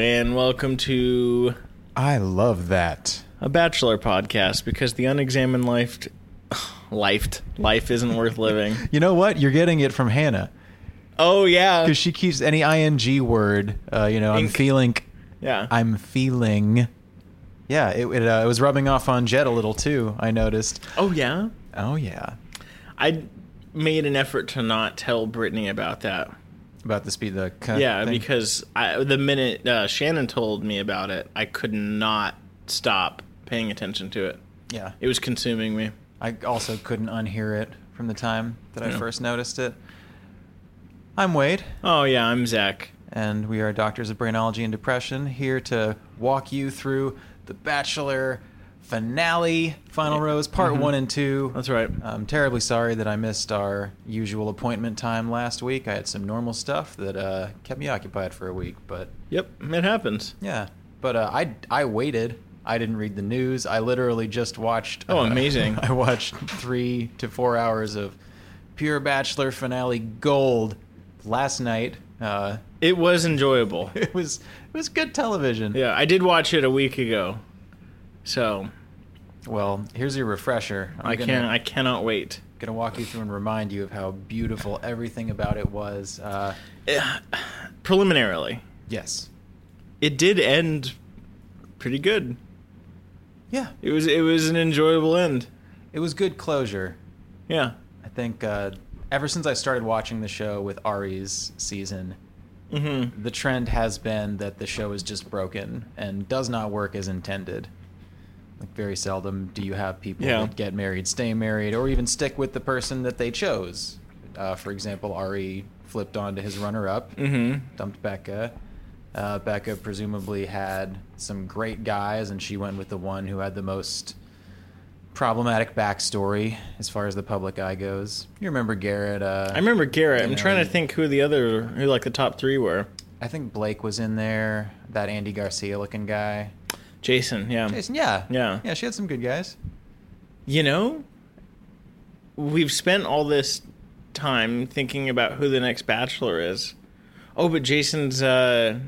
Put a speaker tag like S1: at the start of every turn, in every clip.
S1: welcome to
S2: I love that.
S1: a bachelor podcast because the unexamined life, life, life isn't worth living.
S2: You know what? You're getting it from Hannah
S1: Oh yeah,
S2: because she keeps any ing word. Uh, you know, I'm
S1: Ink.
S2: feeling.
S1: yeah.
S2: I'm feeling. Yeah, it it, uh, it was rubbing off on Jed a little too. I noticed.
S1: oh yeah.
S2: Oh yeah,
S1: I made an effort to not tell Brittany about that.
S2: about the speed the c-
S1: Yeah,
S2: thing.
S1: because I, the minute uh, Shannon told me about it, I could not stop paying attention to it.
S2: yeah,
S1: It was consuming me.
S2: I also couldn't unhear it from the time that I
S1: Yeah.
S2: first noticed it. I'm Wade,
S1: Oh yeah, I'm Zach.
S2: and we are doctors of brainology and depression here to walk you through the Bachelor finale, final rose, part one and two.
S1: Mm-hmm. That's right.
S2: I'm terribly sorry that I missed our usual appointment time last week. I had some normal stuff that uh, kept me occupied for a week, but
S1: Yep, it happens.
S2: yeah. But uh, I I waited. I didn't read the news. I literally just watched.
S1: Oh,
S2: uh,
S1: amazing.
S2: I watched three to four hours of pure Bachelor finale gold last night. Uh,
S1: It was enjoyable.
S2: it was it was good television.
S1: yeah, I did watch it a week ago, so
S2: Well, here's your refresher. I'm
S1: I
S2: gonna-
S1: can I cannot wait.
S2: gonna walk you through and remind you of how beautiful everything about it was. Uh,
S1: Preliminarily,
S2: yes.
S1: it did end pretty good.
S2: Yeah.
S1: It was it was an enjoyable end.
S2: It was good closure.
S1: Yeah.
S2: I think uh, ever since I started watching the show with Ari's season,
S1: Mm-hmm.
S2: the trend has been that the show is just broken and does not work as intended. Like very seldom do you have people
S1: Yeah.
S2: that get married, stay married, or even stick with the person that they chose. Uh, for example, Ari flipped on to his runner-up,
S1: Mm-hmm.
S2: dumped Becca. Uh, Becca presumably had some great guys, and she went with the one who had the most problematic backstory as far as the public eye goes. You remember Garrett? Uh,
S1: I remember Garrett.
S2: You
S1: I'm
S2: know,
S1: trying to
S2: you-
S1: think who the other who like the top three were.
S2: I think Blake was in there. That Andy Garcia looking guy.
S1: Jason. Yeah.
S2: Jason, yeah,
S1: Yeah.
S2: yeah. She had some good guys.
S1: You know, we've spent all this time thinking about who the next bachelor is. Oh, but Jason's uh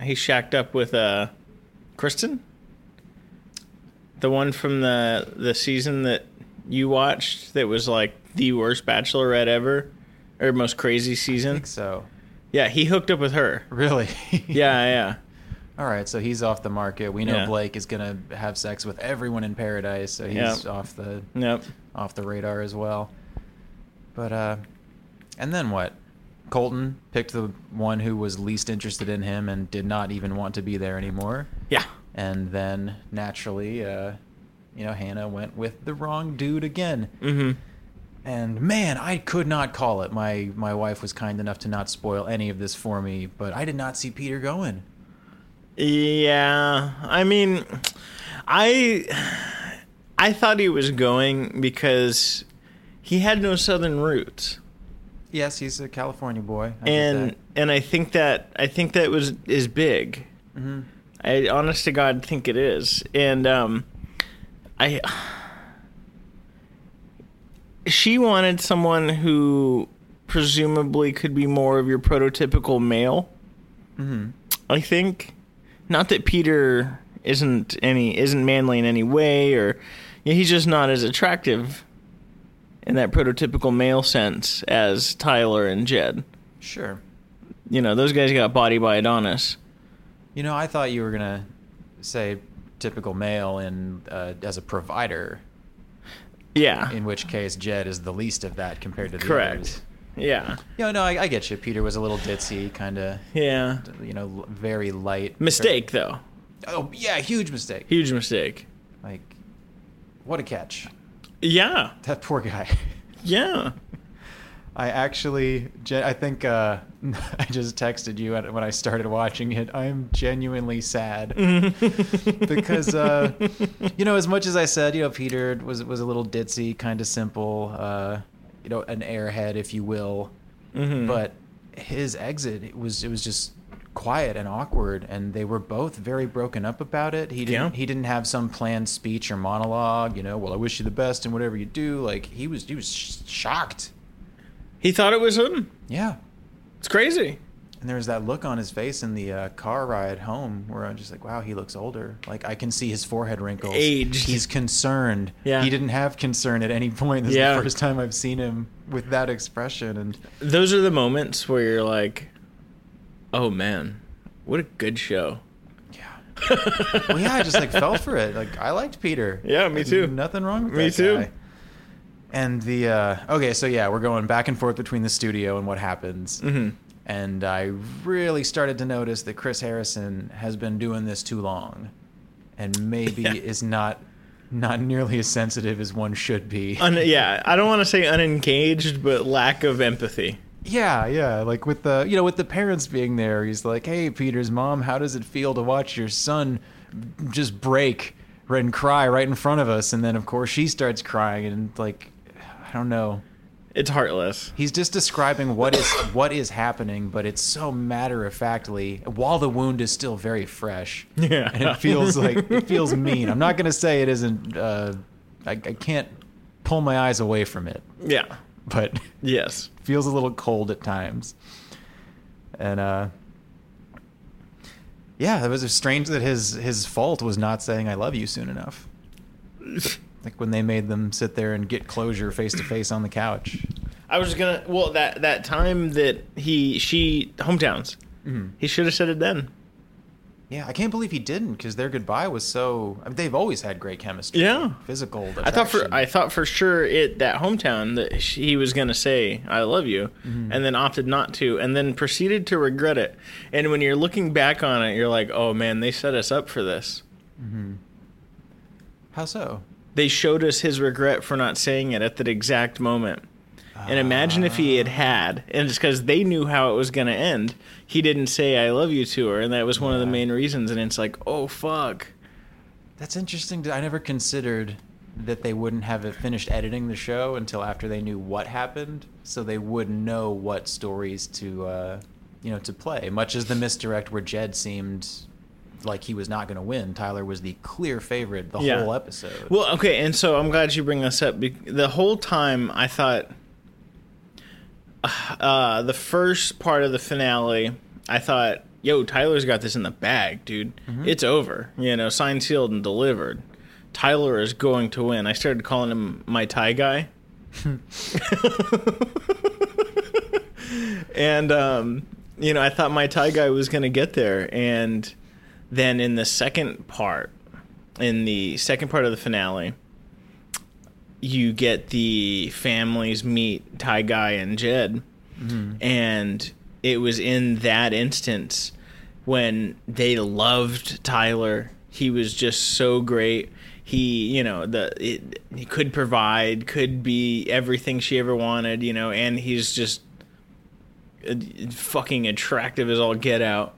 S1: he shacked up with uh Kristen? The one from the the season that you watched that was like the worst bachelorette ever or most crazy
S2: I
S1: season.
S2: think so.
S1: Yeah, he hooked up with her.
S2: Really?
S1: Yeah, yeah.
S2: All right, so he's off the market. We know
S1: Yeah.
S2: Blake is gonna have sex with everyone in paradise, so he's
S1: Yeah.
S2: off the
S1: Yep.
S2: off the radar as well. But uh, and then what? Colton picked the one who was least interested in him and did not even want to be there anymore.
S1: Yeah.
S2: And then naturally, uh, you know, Hannah went with the wrong dude again.
S1: Mhm.
S2: And man, I could not call it. My my wife was kind enough to not spoil any of this for me, but I did not see Peter going.
S1: Yeah, I mean, I I thought he was going because he had no southern roots,
S2: Yes, he's a California boy. I
S1: and and I think that I think that was is big.
S2: hmm
S1: I honest to God think it is, and um, I she wanted someone who presumably could be more of your prototypical male.
S2: hmm
S1: I think not that Peter isn't any isn't manly in any way or yeah, he's just not as attractive in that prototypical male sense as Tyler and Jed.
S2: sure.
S1: You know, those guys got body by Adonis.
S2: You know, I thought you were gonna say typical male in uh, as a provider,
S1: Yeah.
S2: in which case Jed is the least of that compared to the
S1: Correct.
S2: others.
S1: Yeah.
S2: You know, no, I, I get you. Peter was a little ditzy, kind of,
S1: Yeah.
S2: you know, l- very light.
S1: Mistake though.
S2: Oh yeah, huge mistake.
S1: Huge mistake.
S2: Like, what a catch!
S1: Yeah.
S2: That poor guy.
S1: Yeah.
S2: I actually, gen- I think uh, I just texted you at- when I started watching it. I'm genuinely sad
S1: Mm-hmm.
S2: because, uh, you know, as much as I said, you know, Peter was was a little ditzy, kind of simple, uh, you know, an airhead, if you will.
S1: Mhm.
S2: But his exit it was it was just quiet and awkward, and they were both very broken up about it. He didn't
S1: Yeah.
S2: he didn't have some planned speech or monologue, you know. Well, I wish you the best in whatever you do. Like he was he was sh- shocked.
S1: he thought it was him.
S2: Yeah.
S1: It's crazy.
S2: And there was that look on his face in the uh, car ride home where I'm just like, wow, he looks older. Like I can see his forehead wrinkles.
S1: Aged.
S2: He's concerned.
S1: Yeah.
S2: He didn't have concern at any point. This is
S1: Yeah.
S2: the first time I've seen him with that expression. And
S1: Those are the moments where you're like, oh man, what a good show.
S2: yeah, well, yeah, I just like fell for it. Like I liked Peter.
S1: Yeah, me
S2: Like,
S1: too.
S2: Nothing wrong with
S1: Me
S2: that
S1: too.
S2: guy. And the uh, okay, so yeah, we're going back and forth between the studio and what happens.
S1: Mm-hmm.
S2: and I really started to notice that Chris Harrison has been doing this too long, and maybe
S1: Yeah.
S2: is not not nearly as sensitive as one should be.
S1: Un- yeah, I don't want to say unengaged, but lack of empathy.
S2: yeah, yeah, like with the you know with the parents being there, he's like, "Hey, Peter's mom, how does it feel to watch your son just break and cry right in front of us?" And then of course she starts crying, and like, I don't know.
S1: It's heartless.
S2: He's just describing what is what is happening, but it's so matter of factly while the wound is still very fresh.
S1: Yeah.
S2: and it feels like it feels mean. I'm not gonna say it isn't. Uh, I, I can't pull my eyes away from it,
S1: Yeah.
S2: but it
S1: Yes.
S2: feels a little cold at times. And uh, yeah, it was strange that his his fault was not saying "I love you" soon enough. Like when they made them sit there and get closure face to face on the couch.
S1: I was gonna. Well, that that time that he she hometowns,
S2: Mm-hmm.
S1: he should have said it then.
S2: Yeah, I can't believe he didn't because their goodbye was so. I mean, they've always had great chemistry.
S1: Yeah.
S2: physical.
S1: I thought for
S2: attraction.
S1: I thought for sure it that hometown that she, he was gonna say I love you, and then opted not to, and then proceeded to regret it. And when you're looking back on it, you're like, oh man, they set us up for this.
S2: How so?
S1: They showed us his regret for not saying it at that exact moment. And imagine if he
S2: Uh, Ah.
S1: had had, and it's because they knew how it was going to end. He didn't say "I love you" to her, and that was one of the
S2: Yeah.
S1: main reasons. And it's like, oh fuck,
S2: That's interesting. that I never considered that they wouldn't have it finished editing the show until after they knew what happened, so they would know what stories to, uh, you know, to play. Much as the misdirect where Jed seemed like he was not going to win, Tyler was the clear favorite the
S1: Yeah.
S2: whole episode.
S1: Well, okay, and so I'm glad you bring this up. bec- The whole time I thought uh, the first part of the finale, I thought, "Yo, Tyler's got this in the bag, dude.
S2: Mm-hmm.
S1: It's over. You know, signed, sealed, and delivered. Tyler is going to win." I started calling him my tie guy, and um, you know, I thought my tie guy was going to get there, and then in the second part, in the second part of the finale, you get the families meet Ty Guy and Jed. And it was in that instance when they loved Tyler. He was just so great. He, you know, the it, he could provide, could be everything she ever wanted, you know, and he's just uh, fucking attractive as all get out.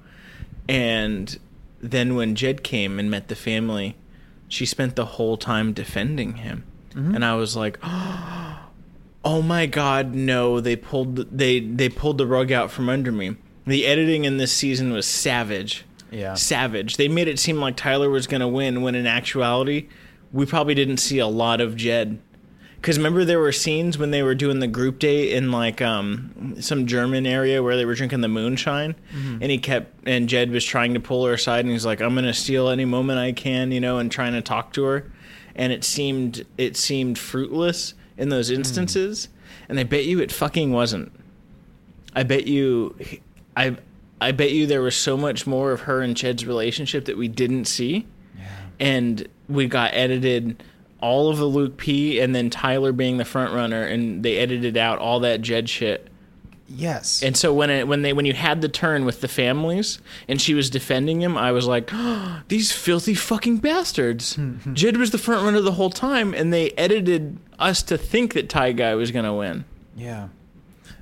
S1: And then when Jed came and met the family, she spent the whole time defending him. And I was like, "Oh my god, no, they pulled the, they they pulled the rug out from under me." The editing in this season was savage.
S2: Yeah.
S1: Savage. They made it seem like Tyler was going to win when in actuality, we probably didn't see a lot of Jed. Cuz remember there were scenes when they were doing the group date in like um some German area where they were drinking the moonshine and he kept and Jed was trying to pull her aside and he's like I'm going to steal any moment I can, you know, and trying to talk to her and it seemed it seemed fruitless in those instances and I bet you it fucking wasn't. I bet you, I, I bet you there was so much more of her and Ched's relationship that we didn't see, and we got edited all of the Luke P and then Tyler being the front runner, and they edited out all that Jed shit.
S2: yes.
S1: And so when it, when they when you had the turn with the families and she was defending him, I was like, these filthy fucking bastards. Jed was the front runner the whole time, and they edited us to think that Ty guy was gonna win.
S2: Yeah.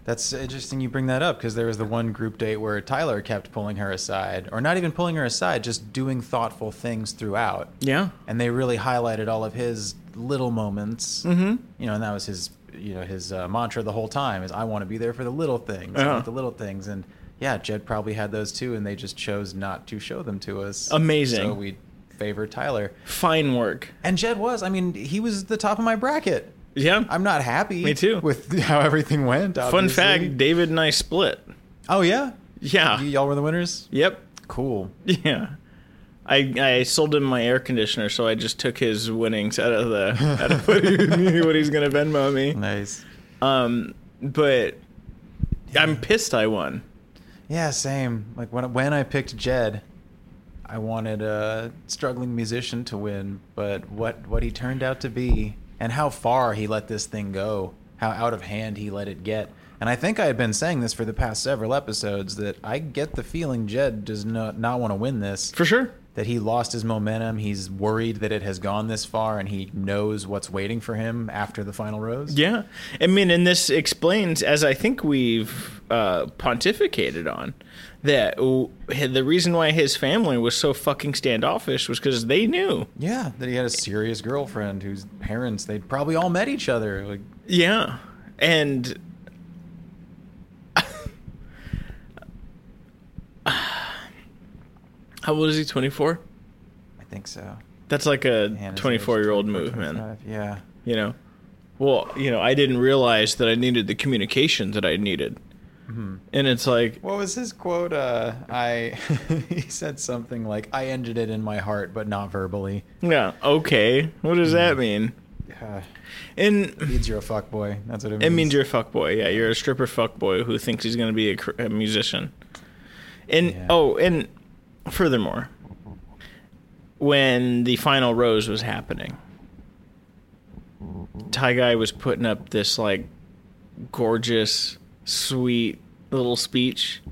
S2: That's interesting you bring that up because there was the one group date where Tyler kept pulling her aside, or not even pulling her aside, just doing thoughtful things throughout.
S1: Yeah.
S2: And they really highlighted all of his little moments.
S1: Mm-hmm.
S2: You know, and that was his, you know, his uh, mantra the whole time is, I want to be there for the little things, I
S1: Yeah.
S2: want the little things. And yeah, Jed probably had those too, and they just chose not to show them to us.
S1: Amazing.
S2: So we favor Tyler.
S1: Fine work.
S2: And Jed was, I mean, he was the top of my bracket.
S1: Yeah.
S2: I'm not happy.
S1: Me too.
S2: With how everything went.
S1: Fun
S2: Obviously.
S1: fact: David and I split.
S2: Oh yeah.
S1: Yeah.
S2: You, y'all were the winners.
S1: Yep.
S2: Cool.
S1: Yeah. I, I sold him my air conditioner, so I just took his winnings out of the out of what, he, what he's gonna Venmo me.
S2: Nice.
S1: Um, but I'm pissed I won.
S2: Yeah, same. Like when when I picked Jed, I wanted a struggling musician to win, but what what he turned out to be and how far he let this thing go, how out of hand he let it get. And I think I had been saying this for the past several episodes that I get the feeling Jed does not not want to win this.
S1: For sure.
S2: that he lost his momentum, he's worried that it has gone this far and he knows what's waiting for him after the final rose.
S1: Yeah. I mean, and this explains, as I think we've uh, pontificated on, that w- the reason why his family was so fucking standoffish was because they knew.
S2: Yeah, that he had a serious girlfriend whose parents they'd probably all met each other. Like
S1: Yeah. And how old is he? 24?
S2: I think so.
S1: That's like a
S2: Man, his age,
S1: 24 year old
S2: 24,
S1: move, man.
S2: 25, Yeah.
S1: You know? Well, you know, I didn't realize that I needed the communication that I needed. And it's like,
S2: What was his quote? Uh, I he said something like, "I ended it in my heart, but not verbally."
S1: yeah, okay. What does that mean?
S2: Uh,
S1: And
S2: means you're a fuckboy. That's what it means.
S1: it means you're a fuckboy. Yeah, you're a stripper fuckboy who thinks he's going to be a, cr- a musician. And
S2: Yeah.
S1: oh, and furthermore, when the final rose was happening, Ty Guy was putting up this like gorgeous, sweet little speech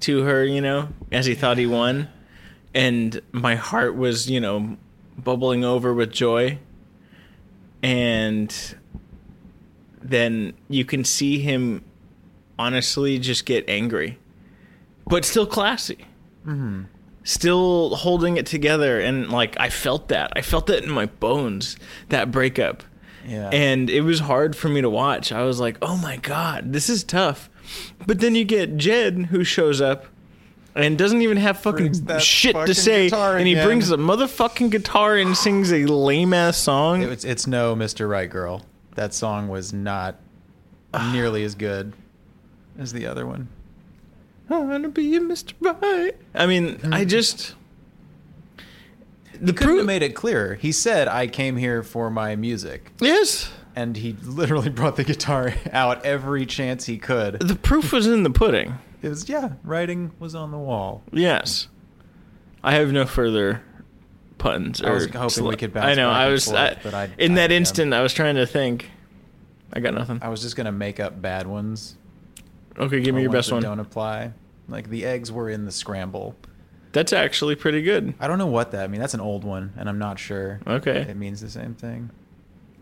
S1: to her, you know, as he thought he won. And my heart was, you know, bubbling over with joy. And then you can see him honestly just get angry, but still classy still holding it together and like I felt that. I felt that in my bones that breakup.
S2: Yeah.
S1: And it was hard for me to watch. I was like, "Oh my god, this is tough." But then you get Jed who shows up and doesn't even have
S2: Brings
S1: fucking
S2: that
S1: shit
S2: fucking
S1: to say
S2: guitar
S1: and he
S2: again.
S1: brings a motherfucking guitar and sings a lame ass song.
S2: it's it's no Mr. Right Girl. That song was not nearly as good as the other one.
S1: I want to be a Mr. Right. I mean, I just the
S2: Mm-hmm. Couldn't
S1: proof
S2: have made it clearer. He said, "I came here for my music,"
S1: Yes.
S2: and he literally brought the guitar out every chance he could.
S1: The proof was in the pudding.
S2: It was yeah, writing was on the wall.
S1: Yes. I have no further puns.
S2: I was
S1: or
S2: hoping
S1: sli-
S2: we could bounce
S1: I know.
S2: back
S1: I
S2: and
S1: was
S2: forth,
S1: I-
S2: but I-
S1: in
S2: I-
S1: that
S2: yeah.
S1: instant. I was trying to think. I got nothing.
S2: I was just gonna make up bad ones.
S1: Okay, give
S2: or
S1: me your
S2: ones
S1: best
S2: that
S1: one.
S2: Don't apply. Like the eggs were in the scramble.
S1: That's actually pretty good.
S2: I don't know what that. I mean, that's an old one, and I'm not sure.
S1: Okay.
S2: It means the same thing.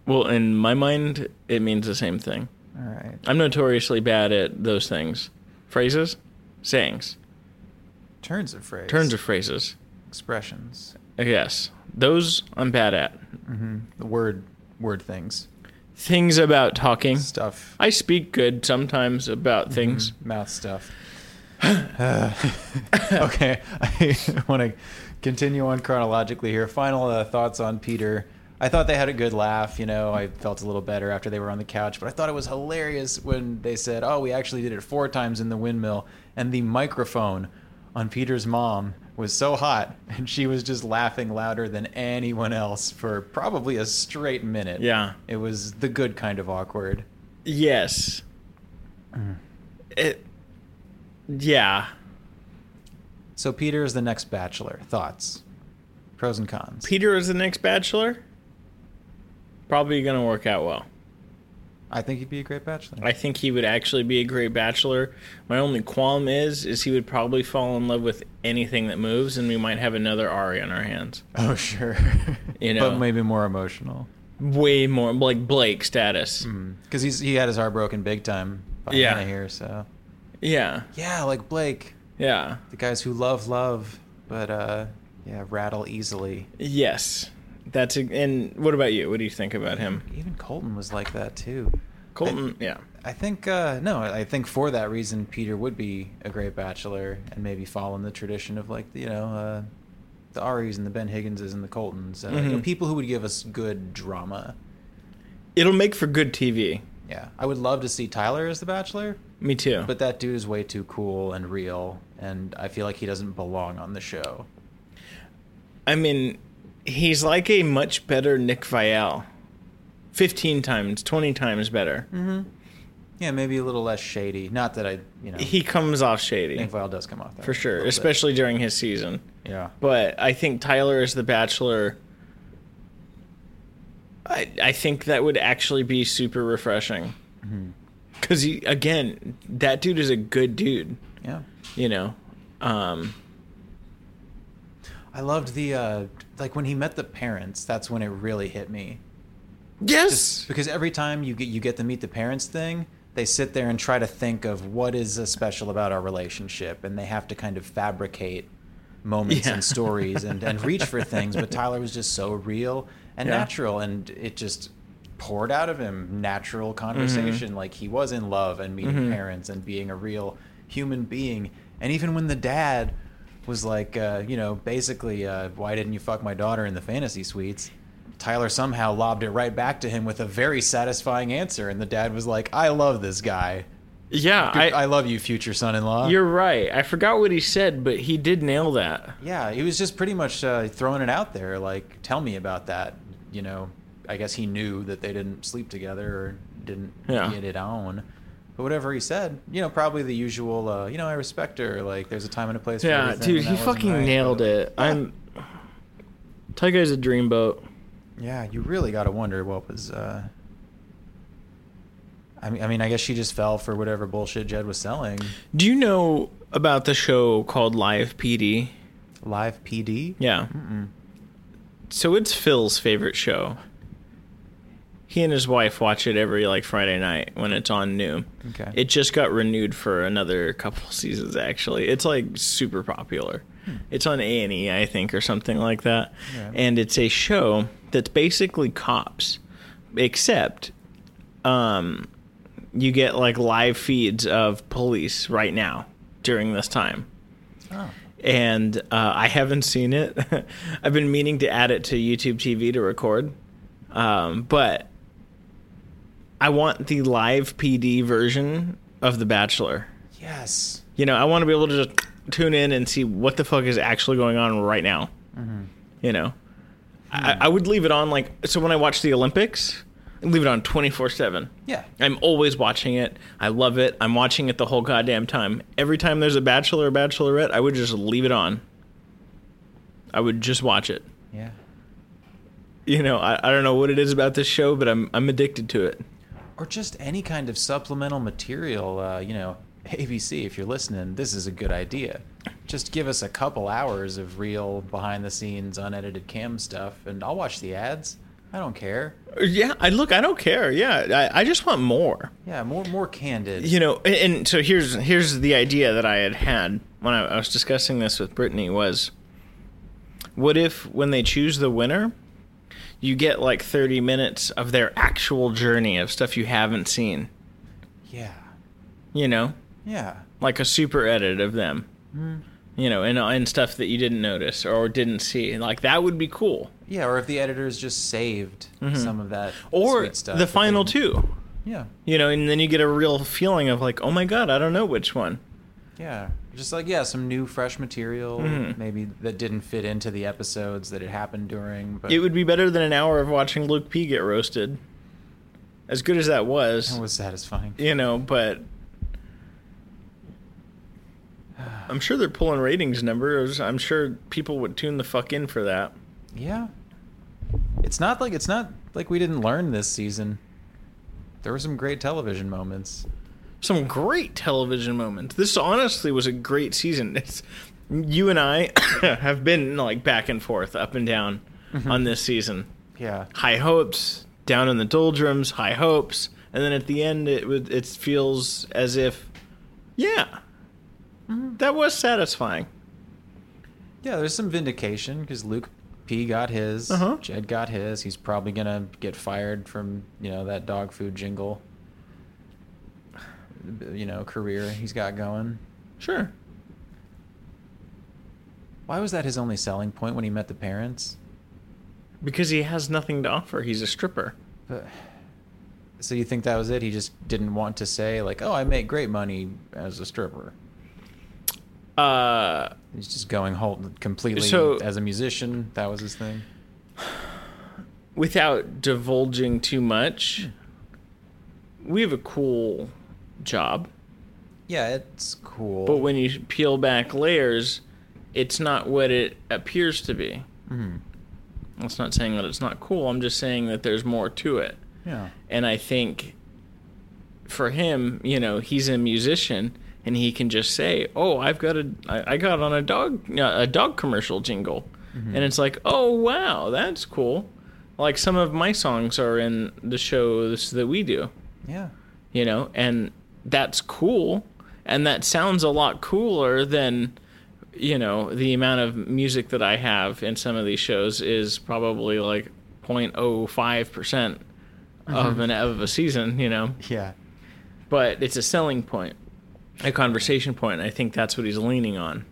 S1: Well, in my mind, it means the same thing.
S2: All right.
S1: I'm notoriously bad at those things. Phrases, sayings,
S2: Turns of phrase.
S1: turns of phrases.
S2: expressions.
S1: Yes, those I'm bad at.
S2: hmm The word word things.
S1: Mm-hmm. Things about talking.
S2: Stuff. Mm-hmm.
S1: I speak good sometimes about things.
S2: Mouth stuff. Uh, okay, I want to continue on chronologically here. Final uh, thoughts on Peter. I thought they had a good laugh. You know, I felt a little better after they were on the couch, but I thought it was hilarious when they said, "Oh, we actually did it four times in the windmill," and the microphone on Peter's mom was so hot, and she was just laughing louder than anyone else for probably a straight minute.
S1: Yeah.
S2: it was the good kind of awkward.
S1: Yes. It. Yeah.
S2: So Peter is the next bachelor. Thoughts? Pros and cons.
S1: Peter is the next bachelor. Probably going to work out well.
S2: I think he'd be a great bachelor.
S1: I think he would actually be a great bachelor. My only qualm is is he would probably fall in love with anything that moves and we might have another Ari on our hands.
S2: oh sure.
S1: You know.
S2: but maybe more emotional.
S1: Way more like Blake status.
S2: Because he's he had his heart broken big time by
S1: Hmm. Yeah.
S2: Hannah here. So
S1: Yeah.
S2: yeah, like Blake,
S1: Yeah.
S2: the guys who love love, but uh, yeah, rattle easily.
S1: Yes. That's a, and what about you? What do you think about him?
S2: Even Colton was like that too.
S1: Colton, yeah.
S2: I think uh, no, I think for that reason Peter would be a great bachelor and maybe fall in the tradition of like you know uh, the Aries and the Ben Higginses and the Coltons, uh, you know,
S1: Mhm.
S2: people who would give us good drama.
S1: It'll make for good TV.
S2: Yeah, I would love to see Tyler as the Bachelor,
S1: Me too.
S2: but that dude is way too cool and real, and I feel like he doesn't belong on the show.
S1: I mean, he's like a much better Nick Vial. 15 times, 20 times better.
S2: Yeah, maybe a little less shady. Not that I, you know,
S1: He comes off shady
S2: Nick Vile does come off that
S1: for
S2: way a little
S1: sure,
S2: bit.
S1: especially during his season.
S2: yeah.
S1: But I think Tyler is the bachelor. I, I think that would actually be super refreshing.
S2: Mm-hmm.
S1: Because, he again, that dude is a good dude,
S2: Yeah,
S1: you know? Um,
S2: I loved the uh like when he met the parents. That's when it really hit me
S1: yes!
S2: because every time you get you get to meet the parents thing, they sit there and try to think of what is uh, special about our relationship, and they have to kind of fabricate moments
S1: Yeah.
S2: and stories and and reach for things. But Tyler was just so real and
S1: Yeah.
S2: natural, and it just poured out of him natural conversation like he was in love and meeting
S1: Mhm.
S2: parents and being a real human being and even when the dad was like uh, you know basically uh, why didn't you fuck my daughter in the fantasy suites tyler somehow lobbed it right back to him with a very satisfying answer and the dad was like i love this guy
S1: yeah,
S2: i, love you future son-in-law
S1: You're right. I forgot what he said, but he did nail that.
S2: yeah he was just pretty much uh, throwing it out there like tell me about that you know i guess he knew that they didn't sleep together or didn't
S1: Yeah.
S2: get it on but whatever he said you know probably the usual uh, you know i respect her like there's a time and a place for
S1: Yeah,
S2: everything,
S1: dude,
S2: and
S1: he
S2: that wasn't
S1: fucking
S2: right,
S1: nailed
S2: but-
S1: it. I'm. That guy's a dreamboat.
S2: Yeah, you really got to wonder what was. Uh... I mean, I mean, I guess she just fell for whatever bullshit Jed was selling.
S1: Do you know about the show called Live PD?
S2: Live PD.
S1: Yeah.
S2: Mm-mm.
S1: So it's Phil's favorite show. He and his wife watch it every like Friday night when it's on new.
S2: Okay.
S1: It just got renewed for another couple seasons actually. It's like super popular. It's on A&E, I think or something like that.
S2: Hmm. Yeah.
S1: And it's a show that's basically cops except um you get like live feeds of police right now during this time
S2: Oh.
S1: and uh, I haven't seen it. I've been meaning to add it to YouTube TV to record, um, but I want the live PD version of The Bachelor.
S2: Yes.
S1: You know, I want to be able to just tune in and see what the fuck is actually going on right now.
S2: Mm-hmm.
S1: You know, I, I would leave it on like so when I watch the Olympics, I leave it on twenty four seven.
S2: Yeah.
S1: I'm always watching it. I love it. I'm watching it the whole goddamn time. Every time there's a bachelor or bachelorette, I would just leave it on. I would just watch it.
S2: Yeah.
S1: You know, I, I don't know what it is about this show, but I'm I'm addicted to it.
S2: Or just any kind of supplemental material. Uh, you know, ABC, if you're listening, this is a good idea. Just give us a couple hours of real behind-the-scenes, unedited cam stuff, and I'll watch the ads. I don't care.
S1: Yeah, I look, I don't care. Yeah, I, I just want more.
S2: Yeah, more more candid.
S1: you know and, and so here's here's the idea that i had had when I, I was discussing this with brittany was what if when they choose the winner you get like 30 minutes of their actual journey of stuff you haven't seen
S2: Yeah.
S1: you know
S2: Yeah. Hmm.
S1: like a super edit of them you know and, and stuff that you didn't notice or didn't see like that would be cool
S2: Yeah, or if the editors just saved some of that
S1: Mm-hmm. or
S2: sweet stuff
S1: the
S2: that
S1: final
S2: they-
S1: two
S2: Yeah,
S1: you know and then you get a real feeling of like oh my god i don't know which one
S2: yeah, just like yeah, some new fresh material
S1: Mhm.
S2: maybe that didn't fit into the episodes that it happened during. But
S1: It would be better than an hour of watching Luke P get roasted. As good as that was,
S2: it was satisfying.
S1: you know, but I'm sure they're pulling ratings numbers. I'm sure people would tune the fuck in for that.
S2: Yeah, it's not like it's not like we didn't learn this season. There were some great television moments.
S1: Some great television moments. This honestly was a great season. It's you and I have been like back and forth, up and down on this season.
S2: Yeah,
S1: High hopes, down in the doldrums, high hopes, and then at the end it would- it feels as if Yeah. That was satisfying.
S2: yeah, there's some vindication because Luke P got his,
S1: Uh-huh.
S2: Jed got his. He's probably gonna get fired from you know that dog food jingle, you know, career he's got going.
S1: Sure.
S2: Why was that his only selling point when he met the parents?
S1: Because he has nothing to offer. He's a stripper.
S2: But So you think that was it? He just didn't want to say like, "Oh, I make great money as a stripper."
S1: Uh,
S2: He's just going whole completely
S1: So-
S2: as a musician. That was his thing.
S1: without divulging too much, we have a cool job.
S2: Yeah, it's cool.
S1: But when you peel back layers, it's not what it appears to be.
S2: Mhm.
S1: That's not saying that it's not cool. I'm just saying that there's more to it.
S2: yeah,
S1: And I think for him, you know, he's a musician and he can just say, "Oh, I've got a I, I got on a dog uh, a dog commercial jingle." And it's like, "Oh, wow, that's cool." Like some of my songs are in the shows that we do
S2: yeah,
S1: you know and that's cool and that sounds a lot cooler than you know the amount of music that i have in some of these shows is probably like 0.05% percent of an of a season you know
S2: yeah.
S1: but it's a selling point a conversation point i think that's what he's leaning on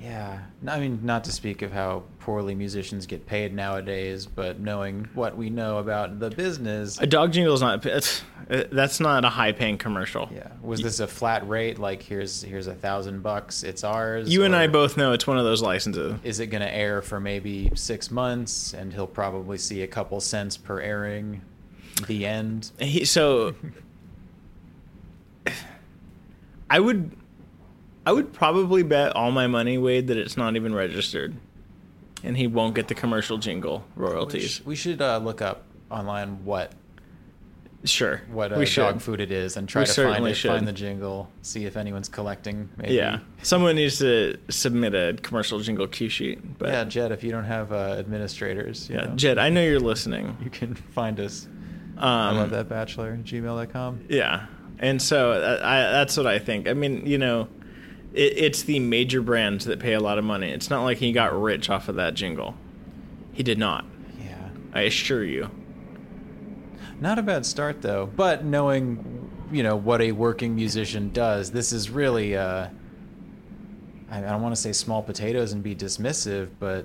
S2: Yeah. No, I mean, not to speak of how poorly musicians get paid nowadays, but knowing what we know about the business,
S1: a dog jingle is not it's, uh, that's not a high paying commercial
S2: yeah. Was this a flat rate? Like, here's here's a thousand bucks. It's ours.
S1: you and
S2: or
S1: i both know it's one of those licenses
S2: Is it going to air for maybe six months, and he'll probably see a couple cents per airing? The end.
S1: he, so I would I would probably bet all my money Wade that it's not even registered and he won't get the commercial jingle royalties.
S2: We should uh, look up online what
S1: sure.
S2: what uh,
S1: we should.
S2: dog food it is and try
S1: We
S2: to find
S1: certainly
S2: it,
S1: should.
S2: find the jingle, see if anyone's collecting. Maybe.
S1: Yeah. Someone needs to submit a commercial jingle cue sheet. But
S2: yeah, Jed. If you don't have uh, administrators, you
S1: yeah,
S2: know,
S1: Jed, I know you're listening.
S2: you can find us.
S1: Um,
S2: I love that bachelor gmail.com.
S1: Yeah, and so uh, I, I, that's what I think. I mean, you know, it, it's the major brands that pay a lot of money. It's not like he got rich off of that jingle. He did not.
S2: Yeah,
S1: I assure you.
S2: not a bad start though. But knowing, you know, what a working musician does, this is really. Uh, I, I don't want to say small potatoes and be dismissive, but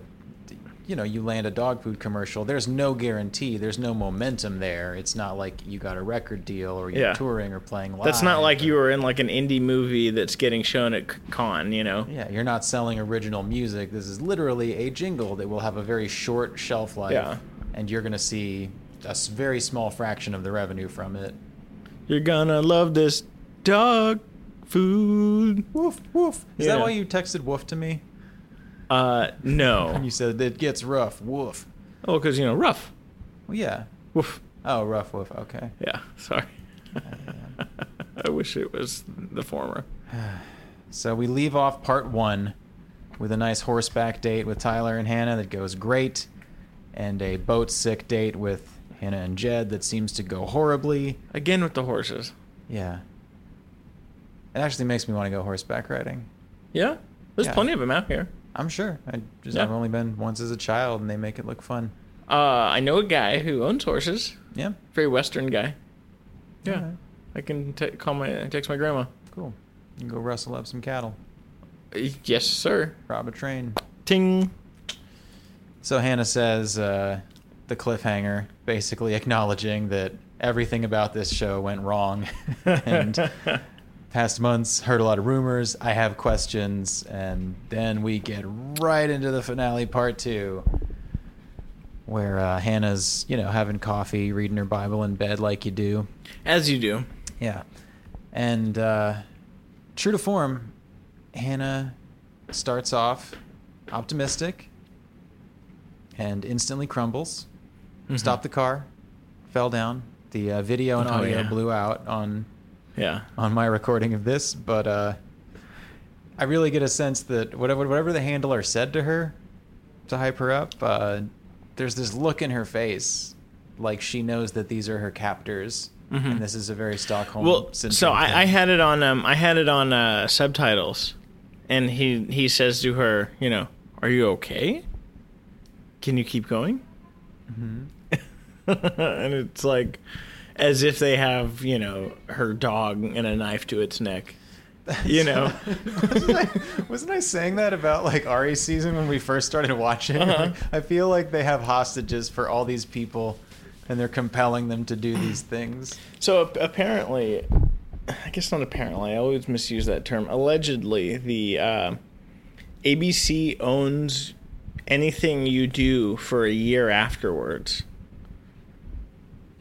S2: you know, you land a dog food commercial. There's no guarantee. There's no momentum there. It's not like you got a record deal or you're
S1: Yeah.
S2: touring or playing live.
S1: That's not like
S2: or-
S1: you were in like an indie movie that's getting shown at c- con. You know.
S2: Yeah, you're not selling original music. This is literally a jingle that will have a very short shelf life,
S1: Yeah.
S2: and you're going to see a s- very small fraction of the revenue from it.
S1: You're gonna love this dog food.
S2: Woof woof. Is that
S1: Yeah.
S2: why you texted woof to me?
S1: Uh,
S2: And
S1: no.
S2: you said it gets rough. Woof.
S1: Oh, because you know, rough.
S2: Well, yeah.
S1: Woof.
S2: Oh, rough woof. Okay.
S1: Yeah. Sorry. I wish it was the former.
S2: So we leave off part one with a nice horseback date with Tyler and Hannah that goes great, and a boat sick date with Hannah and Jed that seems to go horribly.
S1: Again with the horses.
S2: Yeah. It actually makes me want to go horseback riding.
S1: Yeah, there's
S2: Yeah.
S1: plenty of them out here.
S2: I'm sure. I just
S1: Yeah.
S2: I've only been once as a child, and they make it look fun.
S1: Uh, I know a guy who owns horses.
S2: Yeah.
S1: Very Western guy. Yeah,
S2: Alright.
S1: I can t- call my text my grandma.
S2: Cool. You can go rustle up some cattle,
S1: Uh, Yes, sir.
S2: rob a train.
S1: Ting.
S2: So Hannah says uh, the cliffhanger, basically acknowledging that everything about this show went wrong, and past months heard a lot of rumors. I have questions, and then we get right into the finale, part two, where uh, Hannah's you know having coffee, reading her Bible in bed like you do.
S1: As you do.
S2: Yeah. And uh, true to form, Hannah starts off optimistic and instantly crumbles.
S1: Mhm.
S2: Stopped the car, fell down. The uh, video and
S1: Oh,
S2: audio
S1: yeah.
S2: blew out on
S1: Yeah.
S2: on my recording of this, but uh, I really get a sense that whatever whatever the handler said to her to hype her up, uh, there's this look in her face like she knows that these are her captors,
S1: Mhm.
S2: and this is a very Stockholm
S1: Well,
S2: syndrome.
S1: so
S2: thing.
S1: I, I had it on. Um, I had it on uh, subtitles, and he he says to her, you know, "Are you okay? Can you keep going?"
S2: Mhm.
S1: and it's like, as if they have you know her dog and a knife to its neck. you know.
S2: wasn't, I, wasn't I saying that about like Ari season when we first started watching?
S1: Uh-huh.
S2: Like, I feel like they have hostages for all these people and they're compelling them to do these things.
S1: So ap- apparently, I guess not apparently. I always misuse that term. Allegedly, the uh, ABC owns anything you do for a year afterwards.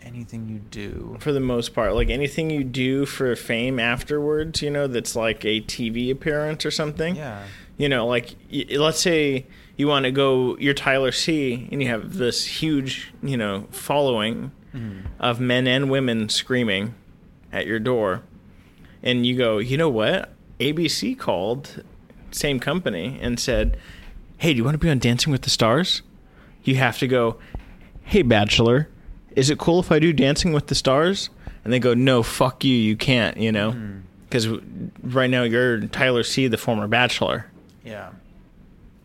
S2: Anything you do.
S1: For the most part, like anything you do for fame afterwards, you know, that's like a TV appearance or something.
S2: Yeah.
S1: You know, like y- let's say you want to go, you're Tyler C, and you have this huge, you know, following
S2: Mhm.
S1: of men and women screaming at your door and you go you know what abc called same company and said hey do you want to be on dancing with the stars you have to go hey bachelor is it cool if i do dancing with the stars and they go no fuck you you can't you know because right now you're tyler c the former bachelor
S2: Yeah.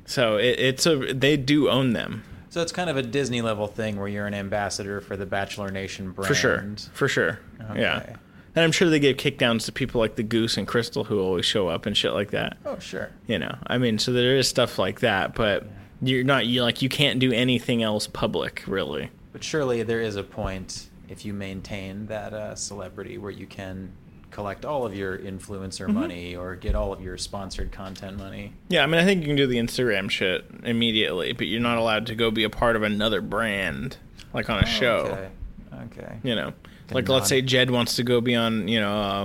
S1: so it, it's a they do own them
S2: So it's kind of a Disney level thing where you're an ambassador for the Bachelor Nation brand.
S1: For sure. For sure.
S2: Okay.
S1: Yeah. And I'm sure they give kickdowns to people like the Goose and Crystal who always show up and shit like that.
S2: Oh, sure.
S1: You know, I mean, so there is stuff like that, but you're not, you like, you can't do anything else public, really.
S2: But surely there is a point if you maintain that uh, celebrity where you can collect all of your influencer
S1: Mm-hmm.
S2: money or get all of your sponsored content money.
S1: Yeah, I mean, I think you can do the Instagram shit immediately, but you're not allowed to go be a part of another brand, like on a
S2: Oh,
S1: show.
S2: Okay. Okay.
S1: You know,
S2: Then
S1: like let's
S2: not-
S1: say Jed wants to go be on, you know, uh,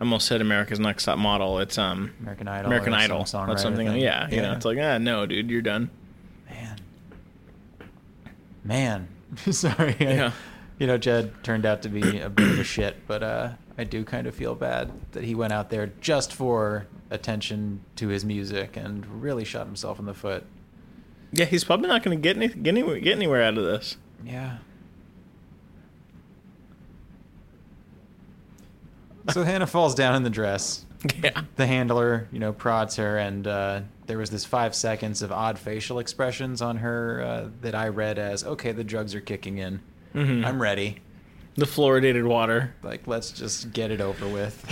S1: I almost said America's Next Top Model. It's um
S2: American Idol
S1: American
S2: or some
S1: Idol.
S2: songwriter
S1: That's something.
S2: thing.
S1: Yeah, you know,
S2: Yeah.
S1: it's like ah, no, dude, you're done.
S2: Man. Man. Sorry. I-
S1: Yeah.
S2: you know, Jed turned out to be a bit of a shit, but uh, I do kind of feel bad that he went out there just for attention to his music and really shot himself in the foot.
S1: Yeah, he's probably not going to get any, get anywhere get anywhere out of this.
S2: Yeah. So Hannah falls down in the dress.
S1: Yeah,
S2: The handler, you know, prods her, and uh, there was this five seconds of odd facial expressions on her uh, that I read as, "Okay, the drugs are kicking in.
S1: Mhm.
S2: I'm ready.
S1: the fluoridated water.
S2: Like, let's just get it over with.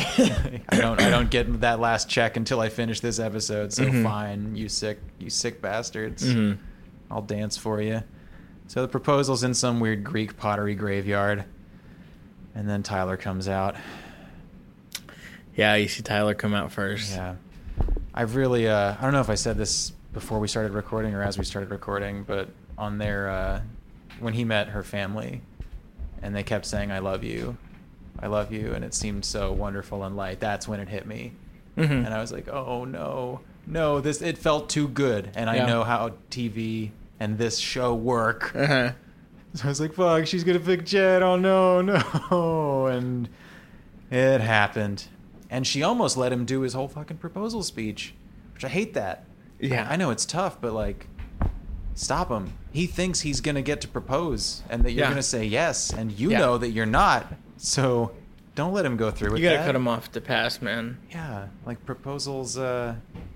S2: I don't, I don't get that last check until I finish this episode. So
S1: Mhm.
S2: fine, you sick, you sick bastards.
S1: Mhm.
S2: I'll dance for you. So the proposal's in some weird Greek pottery graveyard. And then Tyler comes out.
S1: Yeah, you see Tyler come out first.
S2: Yeah. I've really, uh, I don't know if I said this before we started recording or as we started recording, but on their, uh, when he met her family and they kept saying, I love you, I love you, and it seemed so wonderful and light, that's when it hit me.
S1: Mhm.
S2: and I was like, "Oh no, no! This it felt too good, and I
S1: Yeah.
S2: know how TV and this show work."
S1: Uh-huh.
S2: So I was like, "Fuck, she's gonna pick Jed! Oh no, no!" And it happened, and she almost let him do his whole fucking proposal speech, which I hate that.
S1: Yeah.
S2: I know it's tough, but like, stop him. He thinks he's gonna get to propose, and that you're
S1: Yeah.
S2: gonna say yes, and you
S1: Yeah.
S2: know that you're not. So don't let him go through with
S1: You got to
S2: that.
S1: cut him off to pass, man.
S2: Yeah, like proposals, uh,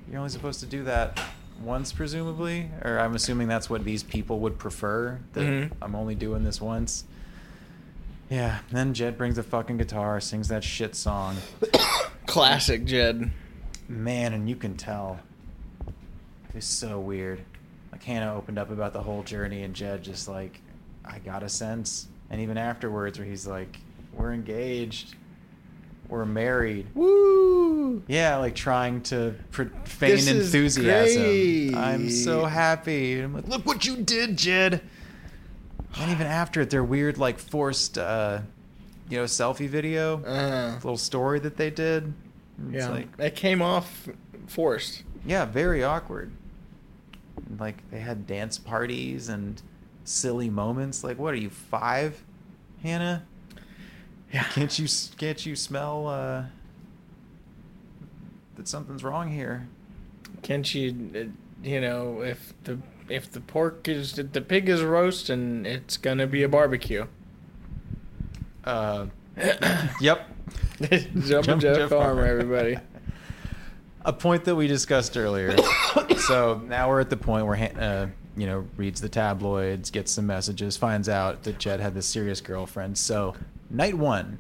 S2: you're only supposed to do that once, presumably, or I'm assuming that's what these people would prefer. That
S1: Mhm.
S2: I'm only doing this once. Yeah, and then Jed brings a fucking guitar, sings that shit song.
S1: Classic Jed.
S2: Man, and you can tell. It's so weird. Like Hannah opened up about the whole journey, and Jed just like, I got a sense. And even afterwards, where he's like, we're engaged, we're married.
S1: Woo!
S2: Yeah, like trying to pre- feign
S1: This is
S2: enthusiasm.
S1: great.
S2: I'm so happy. I'm like, look what you did, Jed. And even after it, their weird, like forced, uh, you know, selfie video,
S1: Uh,
S2: little story that they did. It's
S1: yeah,
S2: like,
S1: that came off forced.
S2: yeah, very awkward. And, Like they had dance parties and silly moments. Like, what are you five, Hannah?
S1: Yeah.
S2: Can't you s- can't you smell uh, that something's wrong here?
S1: Can't you, uh, you know, if the if the pork is if the pig is roasting, it's gonna be a barbecue.
S2: Uh, yep.
S1: Jump, Jeff, Farmer, everybody.
S2: A point that we discussed earlier. so now we're at the point where Han- uh, you know reads the tabloids, gets some messages, finds out that Jed had this serious girlfriend. So night one,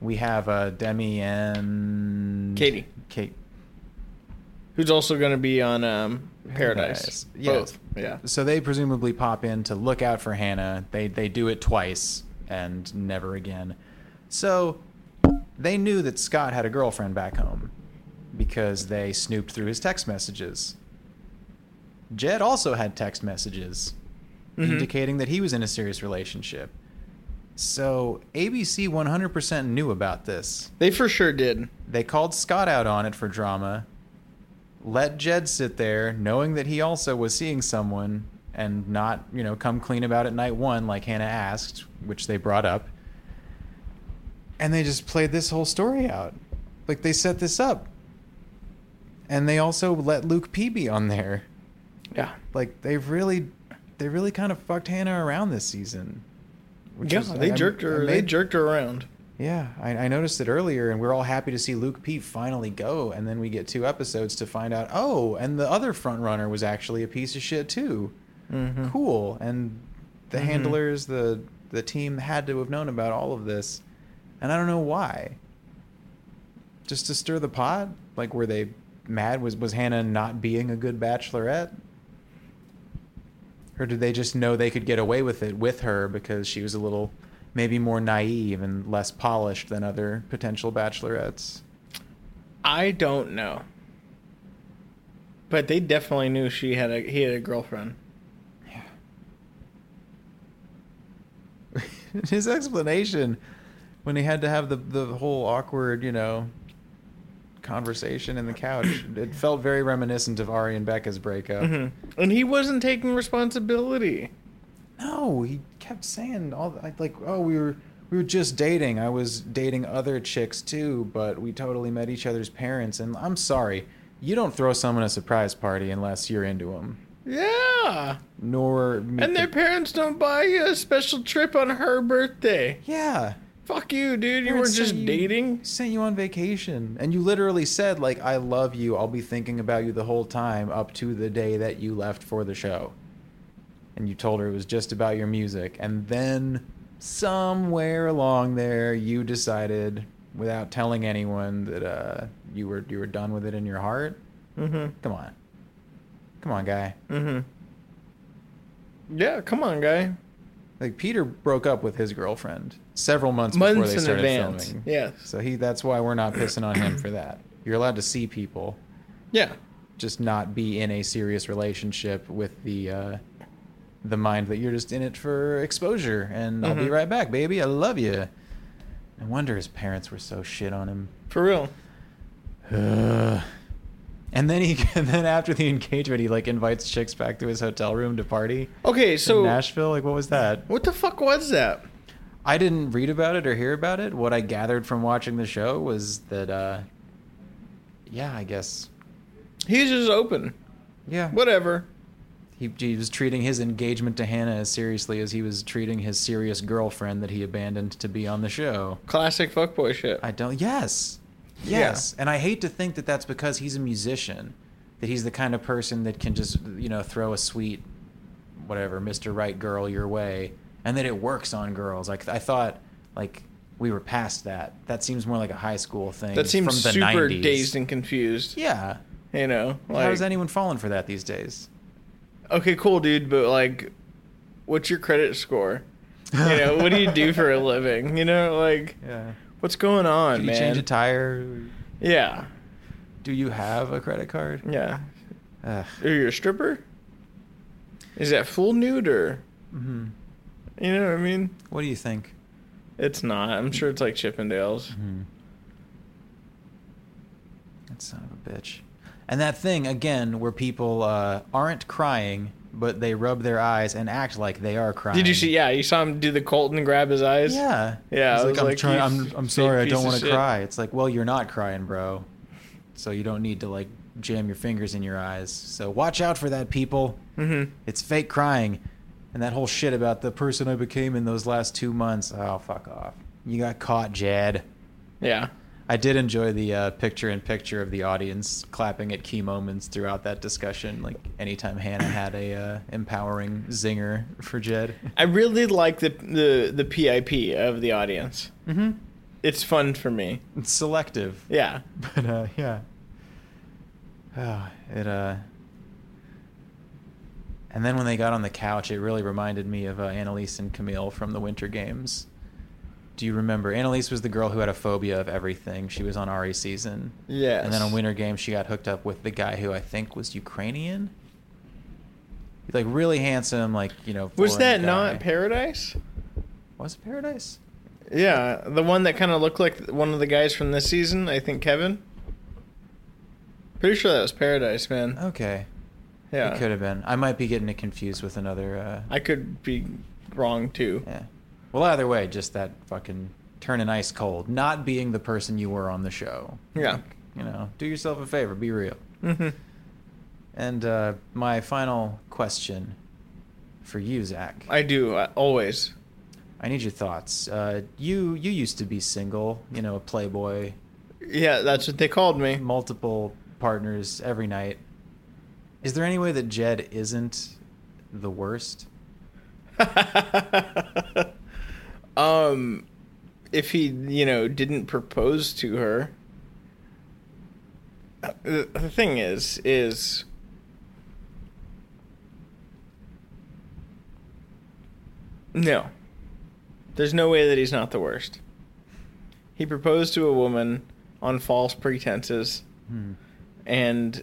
S2: we have uh, Demi and
S1: Katie.
S2: Kate.
S1: Who's also going to be on um, Paradise.
S2: Yeah.
S1: Both. Yeah.
S2: So they presumably pop in to look out for Hannah. They they do it twice and never again. So they knew that Scott had a girlfriend back home because they snooped through his text messages. Jed also had text messages
S1: Mhm.
S2: indicating that he was in a serious relationship. So ABC 100% knew about this.
S1: They for sure did.
S2: They called Scott out on it for drama, let Jed sit there, knowing that he also was seeing someone, and not, you know, come clean about it night one, like Hannah asked, which they brought up. And they just played this whole story out. Like, they set this up. And they also let Luke P be on there.
S1: Yeah.
S2: Like, they've really, they really kind of fucked Hannah around this season. which
S1: yeah.
S2: was-
S1: they
S2: I'm-
S1: jerked her.
S2: I'm
S1: They
S2: made-
S1: jerked her around.
S2: yeah, I, I noticed it earlier, and we're all happy to see Luke P finally go, and then we get two episodes to find out. Oh, and the other front runner was actually a piece of shit too.
S1: Mhm.
S2: Cool. And the
S1: Mhm.
S2: handlers, the the team had to have known about all of this, and I don't know why. Just to stir the pot, like were they mad? Was was Hannah not being a good bachelorette? Or did they just know they could get away with it with her because she was a little maybe more naive and less polished than other potential bachelorettes?
S1: I don't know. But they definitely knew she had a he had a girlfriend.
S2: His explanation when he had to have the, the whole awkward, you know, conversation in the couch, it felt very reminiscent of Ari and Becca's breakup.
S1: Mhm. And he wasn't taking responsibility.
S2: No, he kept saying all the- like, "Oh, we were we were just dating. I was dating other chicks too, but we totally met each other's parents." And I'm sorry, you don't throw someone a surprise party unless you're into them.
S1: Yeah.
S2: Nor meet
S1: And their
S2: the-
S1: parents don't buy you a special trip on her birthday.
S2: yeah,
S1: Fuck you, dude. You were
S2: Parents
S1: just
S2: sent you-
S1: dating.
S2: Sent you on vacation, and you literally said like, "I love you. I'll be thinking about you the whole time up to the day that you left for the show." And you told her it was just about your music, and then somewhere along there, you decided, without telling anyone, that uh, you were you were done with it in your heart.
S1: Mm-hmm.
S2: Come on, come on, guy.
S1: Mm-hmm. Yeah, come on, guy.
S2: Like Peter broke up with his girlfriend several months, before
S1: Months
S2: they
S1: in
S2: started
S1: advance.
S2: filming.
S1: Yes.
S2: So he that's why we're not pissing on him for that. You're allowed to see people,
S1: Yeah.
S2: just not be in a serious relationship with the uh the mind that you're just in it for exposure and I'll be
S1: Mhm.
S2: right back, baby. I love you. No wonder his parents were so shit on him.
S1: For real.
S2: Ugh. and then he and then after the engagement he like invites chicks back to his hotel room to party.
S1: Okay,
S2: in
S1: so
S2: Nashville, like what was that?
S1: what the fuck was that?
S2: I didn't read about it or hear about it. What I gathered from watching the show was that, uh, yeah, I guess,
S1: He's just open.
S2: yeah,
S1: Whatever.
S2: He, he was treating his engagement to Hannah as seriously as he was treating his serious girlfriend that he abandoned to be on the show.
S1: Classic fuckboy shit.
S2: I don't. Yes,
S1: Yeah.
S2: yes, and I hate to think that that's because he's a musician, that he's the kind of person that can just you know throw a sweet, whatever, Mister Right girl your way, and that it works on girls. Like I thought, like we were past that. That seems more like a high school thing.
S1: that seems
S2: from the
S1: super
S2: 90s.
S1: dazed and confused.
S2: Yeah,
S1: You know, like
S2: how is anyone falling for that these days?
S1: okay, cool, dude, but like, what's your credit score? You know, what do you do for a living? You know, like,
S2: Yeah.
S1: what's going on,
S2: Did you
S1: man?
S2: change a tire?
S1: yeah,
S2: Do you have a credit card?
S1: yeah.
S2: Ugh.
S1: Are you a stripper? Is that full nude or?
S2: Mhm.
S1: You know what I mean?
S2: What do you think?
S1: It's not. I'm sure it's like Chippendales.
S2: Mhm. That son of a bitch. And that thing again, where people uh, aren't crying, but they rub their eyes and act like they are crying.
S1: Did you see? Yeah, you saw him do the Colt and grab his eyes.
S2: Yeah.
S1: Yeah, I
S2: He's like,
S1: was
S2: I'm,
S1: like,
S2: trying,
S1: you
S2: I'm, I'm
S1: fake
S2: sorry, I
S1: piece
S2: don't
S1: of
S2: want to
S1: shit."
S2: cry. It's like, well, you're not crying, bro. So you don't need to like jam your fingers in your eyes. So watch out for that, people.
S1: Mm-hmm.
S2: It's fake crying. And that whole shit about the person I became in those last two months. Oh, fuck off. You got caught, Jed.
S1: Yeah.
S2: I did enjoy the uh, picture in picture of the audience clapping at key moments throughout that discussion. Like anytime Hannah had a uh, empowering zinger for Jed.
S1: I really like the the the PIP of the audience.
S2: Mm-hmm.
S1: It's fun for me.
S2: It's selective,
S1: Yeah.
S2: Ah, but uh, yeah. Oh, it uh, And then when they got on the couch, it really reminded me of uh, Annalise and Camille from the Winter Games. Do you remember? Annalise was the girl who had a phobia of everything. She was on RE season.
S1: Yes.
S2: And then on Winter Games, she got hooked up with the guy who I think was Ukrainian. Like really handsome, like you know.
S1: Was that
S2: foreign guy.
S1: not Paradise?
S2: Was it Paradise?
S1: Yeah, the one that kind of looked like one of the guys from this season, I think Kevin. Pretty sure that was Paradise, man.
S2: Okay.
S1: yeah.
S2: It could have been. I might be getting it confused with another. Uh,
S1: I could be wrong too.
S2: Yeah. Well, either way, just that fucking turning ice cold, not being the person you were on the show.
S1: Yeah.
S2: You know, do yourself a favor, be real.
S1: Mhm.
S2: And uh, my final question for you, Zach.
S1: I do uh, always.
S2: I need your thoughts. Uh, you you used to be single, you know, a playboy,
S1: Yeah, that's what they called me.
S2: multiple partners every night. Is there any way that Jed isn't the worst?
S1: um, if he, you know, didn't propose to her. Uh, The the thing is, is no. There's no way that he's not the worst. He proposed to a woman on false pretenses
S2: Hmm.
S1: and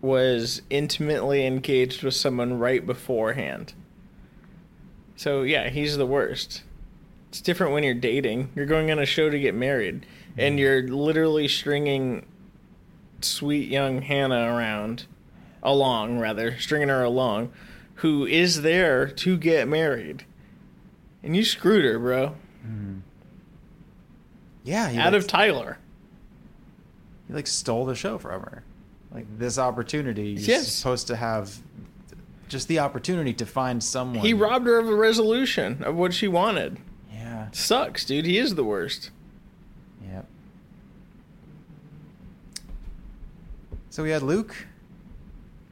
S1: was intimately engaged with someone right beforehand. So yeah, he's the worst. It's different when you're dating. You're going on a show to get married and you're literally stringing sweet young Hannah around along rather, stringing her along who is there to get married. And you screwed her, bro.
S2: Hmm. Yeah, you
S1: Out
S2: like-
S1: of Tyler.
S2: you like stole the show from her. Like this opportunity, you're
S1: Yes.
S2: supposed to have just the opportunity to find someone.
S1: He robbed her of a resolution of what she wanted.
S2: Yeah.
S1: Sucks, dude. He is the worst.
S2: Yep. So we had Luke,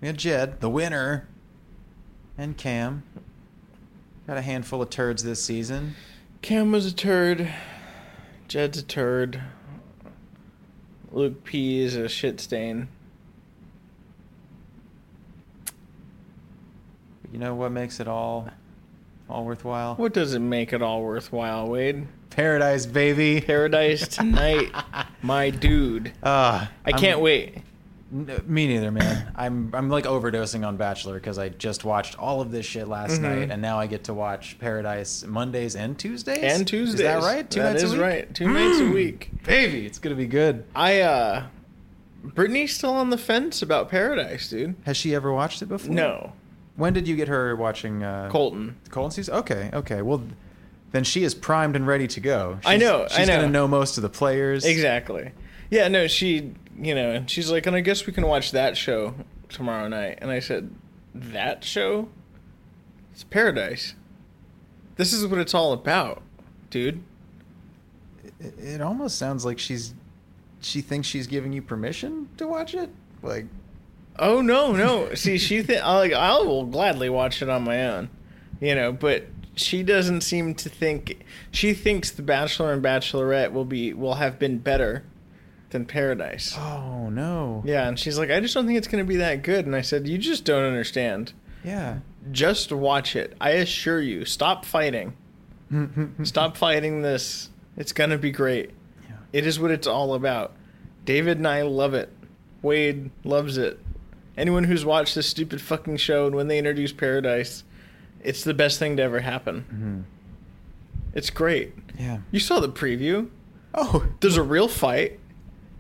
S2: we had Jed, the winner, and Cam. Got a handful of turds this season.
S1: Cam was a turd. Jed's a turd. Luke P is a shit stain.
S2: But you know what makes it all all worthwhile?
S1: What does it make it all worthwhile, Wade?
S2: Paradise, baby.
S1: Paradise tonight, my dude.
S2: Ah,
S1: I
S2: I'm-
S1: can't wait.
S2: N- me neither, man. I'm I'm like overdosing on Bachelor because I just watched all of this shit last
S1: Mhm.
S2: night, and now I get to watch Paradise Mondays and Tuesdays.
S1: And Tuesdays.
S2: Is that right? Two
S1: That
S2: nights
S1: is
S2: a week? Hmm.
S1: right. Two nights a week.
S2: Baby, it's gonna be good.
S1: I uh Brittany's still on the fence about Paradise, dude.
S2: Has she ever watched it before?
S1: No.
S2: When did you get her watching uh,
S1: Colton.
S2: Colton season? Okay, okay. Well, then she is primed and ready to go.
S1: I
S2: She's-
S1: know, I
S2: She's
S1: know.
S2: gonna know most of the players.
S1: Exactly. Yeah, no, she, you know, she's like, and I guess we can watch that show tomorrow night. And I said, that show? It's paradise. This is what it's all about, dude.
S2: It, it almost sounds like she's she thinks she's giving you permission to watch it. Like,
S1: Oh no, no. See, she th- I like I will gladly watch it on my own, you know. But she doesn't seem to think she thinks the Bachelor and Bachelorette will be will have been better than Paradise.
S2: oh no.
S1: Yeah, and she's like, I just don't think it's going to be that good. And I said, You just don't understand.
S2: Yeah.
S1: Just watch it. I assure you. Stop fighting. Stop fighting this. It's going to be great.
S2: Yeah.
S1: It is what it's all about. David and I love it. Wade loves it. Anyone who's watched this stupid fucking show and when they introduce Paradise, it's the best thing to ever happen.
S2: Mhm.
S1: It's great.
S2: Yeah.
S1: You saw the preview.
S2: Oh,
S1: There's a real fight.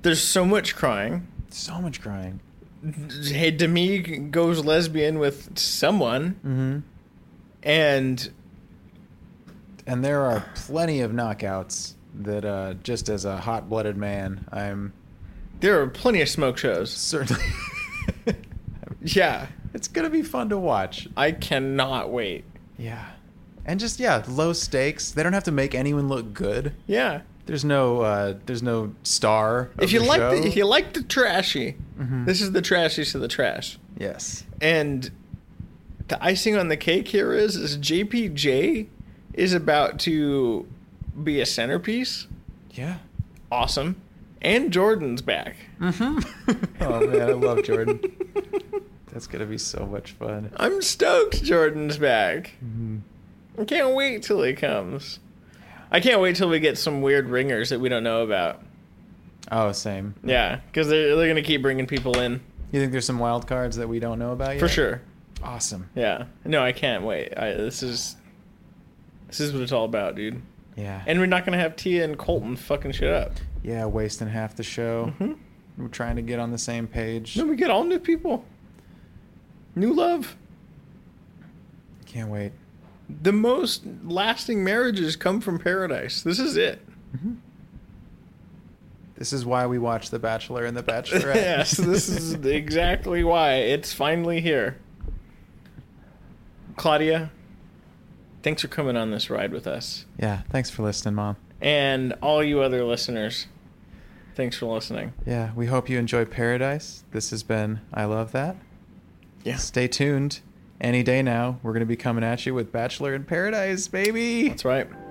S1: There's so much crying.
S2: so much crying.
S1: Hey, Demi goes lesbian with someone,
S2: Mm-hmm.
S1: and
S2: And there are plenty of knockouts that, uh, just as a hot-blooded man, I'm
S1: there are plenty of smoke shows.
S2: certainly.
S1: Yeah,
S2: it's gonna be fun to watch.
S1: I cannot wait.
S2: Yeah. And just yeah, low stakes. They don't have to make anyone look good.
S1: Yeah,
S2: There's no, uh, there's no star. Of
S1: if you
S2: the
S1: like,
S2: show.
S1: the, if you like the trashy,
S2: Mhm.
S1: this is the trashiest of the trash.
S2: yes.
S1: And the icing on the cake here is is JPJ is about to be a centerpiece.
S2: Yeah.
S1: Awesome, and Jordan's back.
S2: Oh, Mm-hmm. oh man, I love Jordan. That's gonna be so much fun. Mm-hmm.
S1: I'm stoked Jordan's back. I can't wait till he comes. I can't wait till we get some weird ringers that we don't know about.
S2: Oh, same.
S1: Yeah, because they're, they're going to keep bringing people in
S2: You think there's some wild cards that we don't know about yet?
S1: for sure.
S2: Awesome.
S1: Yeah. No, I can't wait. I, this is this is what it's all about, dude.
S2: Yeah.
S1: And we're not going to have Tia and Colton fucking shit up.
S2: yeah, wasting half the show. We're trying to get on the same page.
S1: Mm-hmm. No, we get all new people. New love.
S2: Can't wait.
S1: The most lasting marriages come from paradise. This is it.
S2: This is why we watch The Bachelor and The Bachelorette.
S1: Yes, this is exactly why it's finally here. Claudia, thanks for coming on this ride with us.
S2: Yeah. Thanks for listening, Mom.
S1: And all you other listeners, thanks for listening.
S2: Yeah. We hope you enjoy Paradise. This has been I Love That.
S1: Yes.
S2: Stay tuned. Any day now, we're going to be coming at you with Bachelor in Paradise, baby.
S1: That's right.